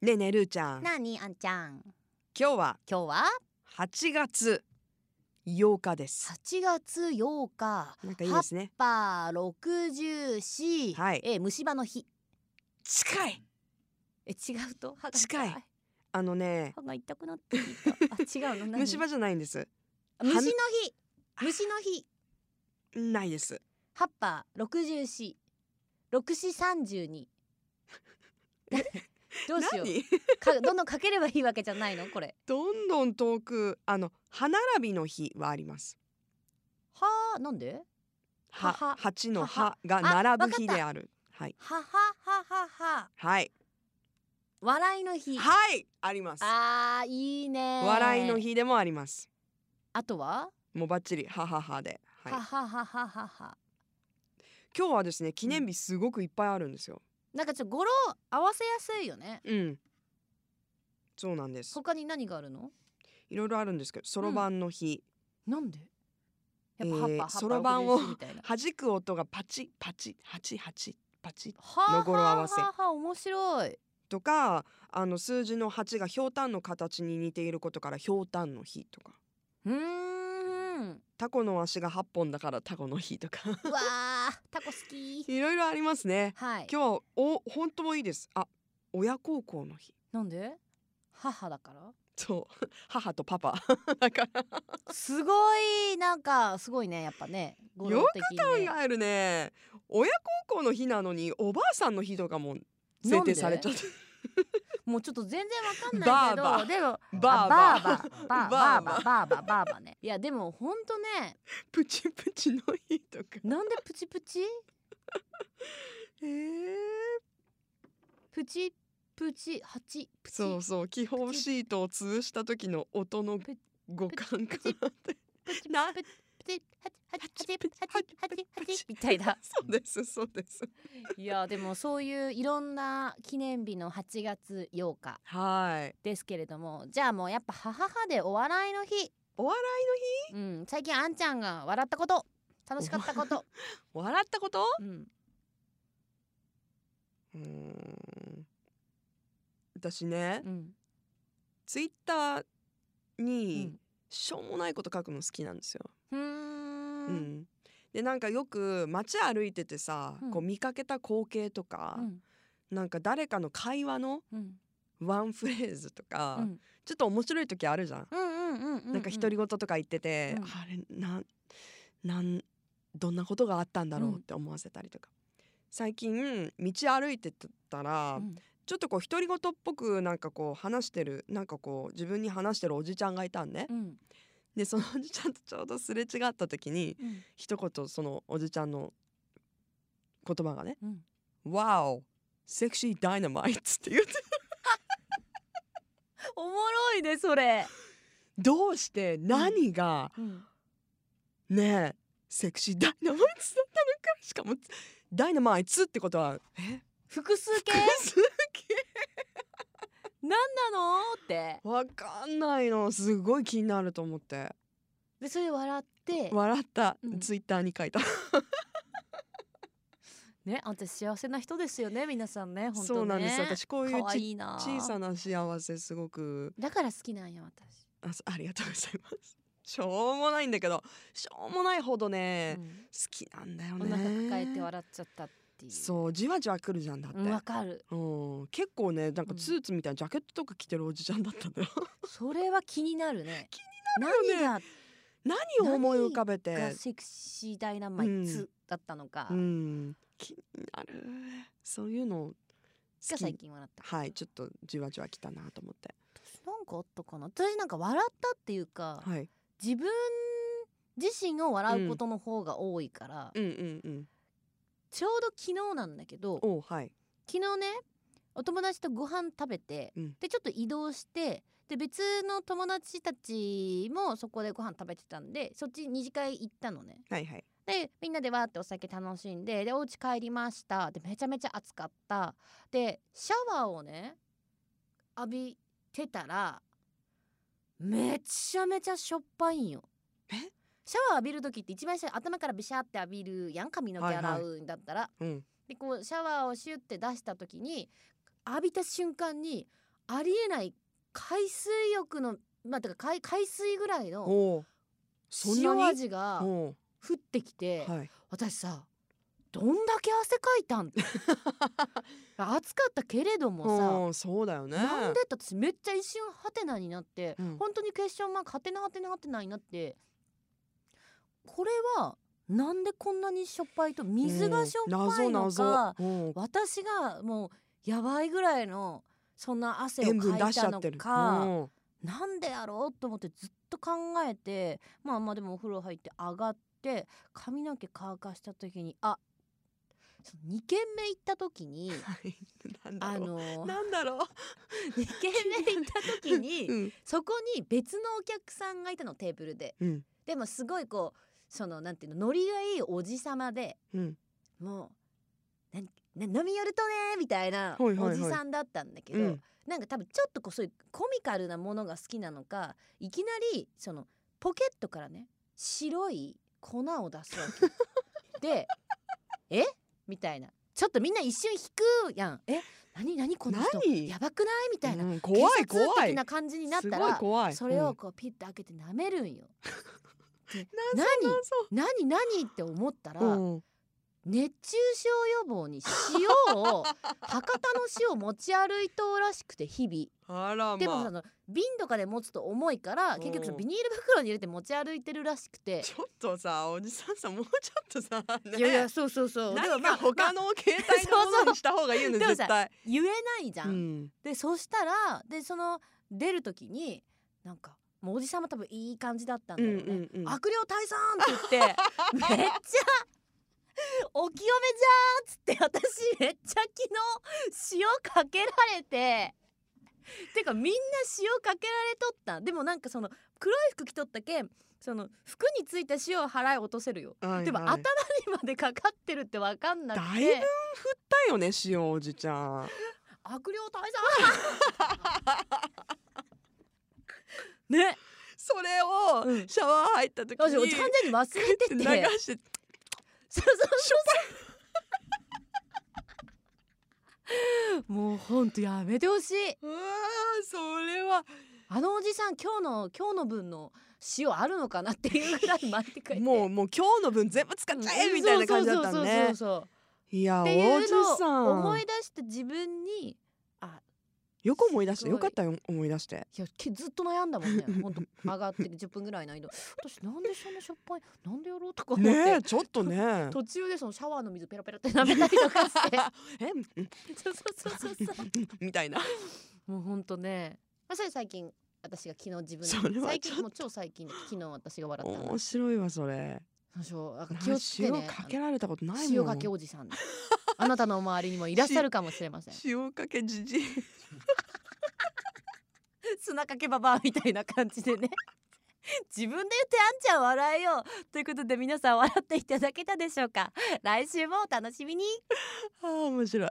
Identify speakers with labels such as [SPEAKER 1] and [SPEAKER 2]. [SPEAKER 1] ねえねえるーちゃん今
[SPEAKER 2] なにあんちゃん
[SPEAKER 1] 日は
[SPEAKER 2] 今日は
[SPEAKER 1] 8月8日です
[SPEAKER 2] 8月8日
[SPEAKER 1] なんかいいですね
[SPEAKER 2] パー六十四
[SPEAKER 1] はい
[SPEAKER 2] えー虫歯の日
[SPEAKER 1] 近い
[SPEAKER 2] え違うと 歯が
[SPEAKER 1] 近いあのね
[SPEAKER 2] 歯が痛くなってきたあ違うの何
[SPEAKER 1] 虫歯じゃないんです
[SPEAKER 2] あ虫の日虫の日
[SPEAKER 1] ないです
[SPEAKER 2] 葉っぱ六十四六四三 十二どうしよう
[SPEAKER 1] 何
[SPEAKER 2] かどんどんかければいいわけじゃないのこれ
[SPEAKER 1] どんどん遠くあの歯並びの日はあります
[SPEAKER 2] はあなんで
[SPEAKER 1] 歯
[SPEAKER 2] はは
[SPEAKER 1] 八の
[SPEAKER 2] は
[SPEAKER 1] 歯が
[SPEAKER 2] あ
[SPEAKER 1] 並
[SPEAKER 2] わ
[SPEAKER 1] ぶ
[SPEAKER 2] かっ
[SPEAKER 1] 日
[SPEAKER 2] た
[SPEAKER 1] であるはい
[SPEAKER 2] ははははは
[SPEAKER 1] はい
[SPEAKER 2] 笑いの日
[SPEAKER 1] はいあります
[SPEAKER 2] あーいいね
[SPEAKER 1] 笑いの日でもあります
[SPEAKER 2] あとは、
[SPEAKER 1] もうバッチリはははではい
[SPEAKER 2] はははははは
[SPEAKER 1] 今日はですね記念日すごくいっぱいあるんですよ
[SPEAKER 2] なんかちょっと語呂合わせやすいよね
[SPEAKER 1] うんそうなんです
[SPEAKER 2] 他に何があるの
[SPEAKER 1] いろいろあるんですけどそろばんの日、
[SPEAKER 2] なんでやっ
[SPEAKER 1] え
[SPEAKER 2] ぱ
[SPEAKER 1] ー
[SPEAKER 2] 葉っぱ葉っぱ
[SPEAKER 1] そろばんを
[SPEAKER 2] 60みたいな
[SPEAKER 1] 弾く音がパチパチパチパチパチ
[SPEAKER 2] はあ
[SPEAKER 1] の語呂合わせ
[SPEAKER 2] はあはあ面白い
[SPEAKER 1] とかあの数字の8がひょうたんの形に似ていることからひょうたんの日とか
[SPEAKER 2] うーん
[SPEAKER 1] タコの足が8本だからタコの日とか
[SPEAKER 2] うわータコ好き
[SPEAKER 1] いろいろありますね
[SPEAKER 2] はい
[SPEAKER 1] 今日はお本当もいいですあ親孝行の日
[SPEAKER 2] なんで母だから
[SPEAKER 1] そう母とパパ だから
[SPEAKER 2] すごいなんかすごいねやっぱね語呂的に、ね、
[SPEAKER 1] 考えるね親孝行の日なのにおばあさんの日とかも制定されちゃって
[SPEAKER 2] もうちょっと全然わかん
[SPEAKER 1] バ
[SPEAKER 2] ないけ
[SPEAKER 1] ー
[SPEAKER 2] ど
[SPEAKER 1] バー
[SPEAKER 2] でも
[SPEAKER 1] バー
[SPEAKER 2] あ
[SPEAKER 1] バ
[SPEAKER 2] バーバーバーバーバーバーバーバーバーねいやでもほんとね
[SPEAKER 1] プチプチの日とか
[SPEAKER 2] なんでプチプチ
[SPEAKER 1] えー
[SPEAKER 2] プチプチ八プチ
[SPEAKER 1] そうそう気泡シートを潰した時の音の
[SPEAKER 2] プチ
[SPEAKER 1] 五感か
[SPEAKER 2] プチ
[SPEAKER 1] なって
[SPEAKER 2] プチ
[SPEAKER 1] な
[SPEAKER 2] プチプチ八八八
[SPEAKER 1] プチ
[SPEAKER 2] 八八八 みたいな
[SPEAKER 1] そうですそうです
[SPEAKER 2] いやでもそういういろんな記念日の8月8日
[SPEAKER 1] はい
[SPEAKER 2] ですけれどもじゃあもうやっぱ母母でお笑いの日
[SPEAKER 1] お笑
[SPEAKER 2] うん最近あんちゃんが笑ったこと楽しかったこと
[SPEAKER 1] い笑ったこと
[SPEAKER 2] うん
[SPEAKER 1] うーん私ね
[SPEAKER 2] うん
[SPEAKER 1] ツイッター
[SPEAKER 2] う
[SPEAKER 1] に
[SPEAKER 2] ん
[SPEAKER 1] しょうもないこと書くの好きなんですよ
[SPEAKER 2] うー
[SPEAKER 1] うんんでなんかよく街歩いててさ
[SPEAKER 2] うん
[SPEAKER 1] こう見かけた光景とか
[SPEAKER 2] うん
[SPEAKER 1] なんか誰かの会話の
[SPEAKER 2] うん
[SPEAKER 1] ワンフレーズと
[SPEAKER 2] う
[SPEAKER 1] か
[SPEAKER 2] ん
[SPEAKER 1] ちょっと面白い時あるじゃん
[SPEAKER 2] うんうんうんう
[SPEAKER 1] なんか独り言とか言ってて、
[SPEAKER 2] うん
[SPEAKER 1] あれなんなんどんなことがあったんだろう
[SPEAKER 2] うん
[SPEAKER 1] って思わせたりとか、最近道歩いてたら、
[SPEAKER 2] うん
[SPEAKER 1] ちょっとこう独り言っぽくなんかこう話してるなんかこう自分に話してるおじちゃんがいたんね、
[SPEAKER 2] うん
[SPEAKER 1] でそのおじちゃんと ちょうどすれ違った時に
[SPEAKER 2] うん
[SPEAKER 1] 一言そのおじちゃんの言葉がね
[SPEAKER 2] うん
[SPEAKER 1] 「わおセクシーダイナマイト」って言って
[SPEAKER 2] おもろいねそれ
[SPEAKER 1] どうして何が、
[SPEAKER 2] うん
[SPEAKER 1] ねえセクシーダイナマイツだったのかしかもダイナマイツってことはえ
[SPEAKER 2] 複数 形
[SPEAKER 1] すっ
[SPEAKER 2] なんなのって
[SPEAKER 1] げえわかんないのすごい気になると思って
[SPEAKER 2] でそれで笑って
[SPEAKER 1] 笑った、
[SPEAKER 2] うん
[SPEAKER 1] ツイッターに 書いた
[SPEAKER 2] ねあんた幸せな人ですよね皆さんね本当ね
[SPEAKER 1] そうなんです私こういう
[SPEAKER 2] 可愛
[SPEAKER 1] ち
[SPEAKER 2] いな
[SPEAKER 1] 小さな幸せすごく
[SPEAKER 2] だから好きなんや私、
[SPEAKER 1] あそありがとうございます しょうもないんだけどしょうもないほどね、好きなんだよね
[SPEAKER 2] うんお腹抱えて笑っちゃったっていう
[SPEAKER 1] そうじわじわ来るじゃんだって、
[SPEAKER 2] んわかる
[SPEAKER 1] うん、結構ねなんか
[SPEAKER 2] うん
[SPEAKER 1] スーツみたいなジャケットとか着てるおじちゃんだったん だよ
[SPEAKER 2] それは気になるね気に
[SPEAKER 1] なるよね
[SPEAKER 2] 何
[SPEAKER 1] 何を思い浮かべて
[SPEAKER 2] ががセクシーダイナマイ
[SPEAKER 1] う
[SPEAKER 2] ツだったのか、
[SPEAKER 1] うん、気になるそういうの好
[SPEAKER 2] が最
[SPEAKER 1] き
[SPEAKER 2] 近笑った
[SPEAKER 1] はいちょっとじわじわきたなと思って
[SPEAKER 2] なんかあったかな私なんか笑ったっていうか、
[SPEAKER 1] はい
[SPEAKER 2] 自分自身を笑うことの方が多いから、
[SPEAKER 1] うんうんうん
[SPEAKER 2] ちょうど昨日なんだけど
[SPEAKER 1] おうはい
[SPEAKER 2] 昨日ねお友達とご飯食べて、
[SPEAKER 1] うん
[SPEAKER 2] でちょっと移動してで別の友達たちもそこでご飯食べてたんでそっち二次会行ったのね
[SPEAKER 1] はいはい
[SPEAKER 2] でみんなでわーってお酒楽しんででお家帰りましたでめちゃめちゃ暑かったでシャワーをね浴びてたらめちゃめちゃしょっぱいんよ
[SPEAKER 1] え
[SPEAKER 2] シャワー浴びる時って一番最初頭からビシャーって浴びるやん髪の毛洗うんだったら、
[SPEAKER 1] うん
[SPEAKER 2] でこうシャワーをシュッて出した時に浴びた瞬間にありえない海水浴のまあてか海海水ぐらいの
[SPEAKER 1] おうそんなに
[SPEAKER 2] 塩味が
[SPEAKER 1] おう
[SPEAKER 2] 降ってきて、
[SPEAKER 1] はい
[SPEAKER 2] 私さどんだけ汗か いたん暑かったけれどもさ、
[SPEAKER 1] うんそうだよね
[SPEAKER 2] なんでって私めっちゃ一瞬ハテナになって、
[SPEAKER 1] うん
[SPEAKER 2] 本当にクエスチョンマークハテナハテナハテナになってこれはなんでこんなにしょっぱいと水がしょっぱいのか、
[SPEAKER 1] うん謎謎
[SPEAKER 2] 私がもうやばいぐらいのそんな汗
[SPEAKER 1] うん塩
[SPEAKER 2] をか
[SPEAKER 1] 分
[SPEAKER 2] い
[SPEAKER 1] 出しちゃ
[SPEAKER 2] た
[SPEAKER 1] っ
[SPEAKER 2] の
[SPEAKER 1] てる
[SPEAKER 2] か、
[SPEAKER 1] うん
[SPEAKER 2] なんでやろうと思ってずっと考えてまあまあでもお風呂入って上がって髪の毛乾かした時にあその2軒目行った時に
[SPEAKER 1] はい なんだ
[SPEAKER 2] あ
[SPEAKER 1] ろ
[SPEAKER 2] の
[SPEAKER 1] う
[SPEAKER 2] 2
[SPEAKER 1] なんだろう
[SPEAKER 2] 軒目行った時に
[SPEAKER 1] うん
[SPEAKER 2] そこに別のお客さんがいたのテーブルで
[SPEAKER 1] うん
[SPEAKER 2] でもすごいこうそのなんていうのノリがいいおじさまで
[SPEAKER 1] うん
[SPEAKER 2] もうなな飲み寄るとねみたいな
[SPEAKER 1] はいはいは
[SPEAKER 2] お
[SPEAKER 1] い
[SPEAKER 2] じさんだったんだけど、
[SPEAKER 1] うん
[SPEAKER 2] なんか多分ちょっとこうそういうコミカルなものが好きなのかいきなりそのポケットからね白い粉を出すわ けで「えみたいなちょっとみんな一瞬引くやん「え何何この人
[SPEAKER 1] 何
[SPEAKER 2] やばくない?」みたいな、
[SPEAKER 1] うん怖い
[SPEAKER 2] 警察
[SPEAKER 1] 怖
[SPEAKER 2] 的
[SPEAKER 1] い
[SPEAKER 2] な感じになった
[SPEAKER 1] すごい
[SPEAKER 2] ら
[SPEAKER 1] 怖い
[SPEAKER 2] それ
[SPEAKER 1] う
[SPEAKER 2] を
[SPEAKER 1] ん
[SPEAKER 2] こうピッて開けて舐めるんよ。で
[SPEAKER 1] 謎
[SPEAKER 2] 何
[SPEAKER 1] 謎
[SPEAKER 2] 何何って思ったら、
[SPEAKER 1] うん
[SPEAKER 2] 熱中症予防に塩を博多の塩を持ち歩いとうらしくて日々、
[SPEAKER 1] あら
[SPEAKER 2] でもそ
[SPEAKER 1] まあ
[SPEAKER 2] の瓶とかで持つと重いから結局そのビニール袋に入れて持ち歩いてるらし くて
[SPEAKER 1] ちょっとさおじさんさもうちょっとさね
[SPEAKER 2] いやいやそうそう そうでも
[SPEAKER 1] 何
[SPEAKER 2] ま
[SPEAKER 1] か
[SPEAKER 2] あま
[SPEAKER 1] 他
[SPEAKER 2] あ
[SPEAKER 1] の携帯のものにした方がいいよね
[SPEAKER 2] でも
[SPEAKER 1] 絶
[SPEAKER 2] さ
[SPEAKER 1] 対
[SPEAKER 2] 言えないじゃん、
[SPEAKER 1] うん
[SPEAKER 2] でそしたらでその出る時になんかもうおじさんも多分いい感じだったんだ
[SPEAKER 1] う
[SPEAKER 2] よ
[SPEAKER 1] ん
[SPEAKER 2] ね、
[SPEAKER 1] うんうん
[SPEAKER 2] 悪霊退散って言って めっちゃお清めじゃーんっつって私めっちゃ昨日塩かけられててかみんな塩かけられとったでもなんかその黒い服着とったけんその服についた塩を払い落とせるよ
[SPEAKER 1] はいはい
[SPEAKER 2] でも頭にまでかかってるってわかんなく
[SPEAKER 1] だいぶ振っ
[SPEAKER 2] て
[SPEAKER 1] たよね塩おじちゃん
[SPEAKER 2] 悪霊退散 ね
[SPEAKER 1] それを
[SPEAKER 2] うん
[SPEAKER 1] シャワー入った時に
[SPEAKER 2] 私おちゃんちゃんに忘れて て
[SPEAKER 1] 流して
[SPEAKER 2] そうそうそうそう。 もうほんとやめてほしいう
[SPEAKER 1] わーそれは
[SPEAKER 2] あのおじさん今日の今日の分の塩あるのかなっていうぐらい巻いてくれて
[SPEAKER 1] もうもう今日の分全部使っちゃえみたいな感じだった
[SPEAKER 2] そう
[SPEAKER 1] の
[SPEAKER 2] そうそ
[SPEAKER 1] ね
[SPEAKER 2] うそう
[SPEAKER 1] いや
[SPEAKER 2] っ
[SPEAKER 1] お
[SPEAKER 2] てい
[SPEAKER 1] じ
[SPEAKER 2] う
[SPEAKER 1] さ
[SPEAKER 2] のを思い
[SPEAKER 1] ん
[SPEAKER 2] 出して自分にあ
[SPEAKER 1] よく思い出し
[SPEAKER 2] す
[SPEAKER 1] て
[SPEAKER 2] ごい
[SPEAKER 1] よかったよ思い出 して
[SPEAKER 2] いやけずっと悩んだ もんねほんと上がって10分ぐらいの間私なんでそんなしょっぱいなんでやろうとか思って、
[SPEAKER 1] ねえちょっと ね
[SPEAKER 2] 途中でそのシャワーの水ペラペラって舐めたりとかして
[SPEAKER 1] えうんうん
[SPEAKER 2] そうそうそうそうそう
[SPEAKER 1] みたいな
[SPEAKER 2] もうほんとね。まあ、それ最近私が昨日自分
[SPEAKER 1] それ
[SPEAKER 2] で
[SPEAKER 1] は
[SPEAKER 2] 最
[SPEAKER 1] ちょっ
[SPEAKER 2] 近
[SPEAKER 1] と
[SPEAKER 2] もう超最近で昨日私が笑ったの
[SPEAKER 1] 面白いわそれ
[SPEAKER 2] そうなんか
[SPEAKER 1] な
[SPEAKER 2] 気をつけて
[SPEAKER 1] 塩
[SPEAKER 2] ね
[SPEAKER 1] かけられたこと
[SPEAKER 2] あの
[SPEAKER 1] ない
[SPEAKER 2] 塩
[SPEAKER 1] も
[SPEAKER 2] か
[SPEAKER 1] ん
[SPEAKER 2] けおじさんあなたの周りにもいらっしゃるかもしれません
[SPEAKER 1] 塩かけじじい
[SPEAKER 2] 砂かけババアみたいな感じでね 自分で言ってあんちゃん笑えよということで皆さん笑っていただけたでしょうか来週もお楽しみに
[SPEAKER 1] あー面白い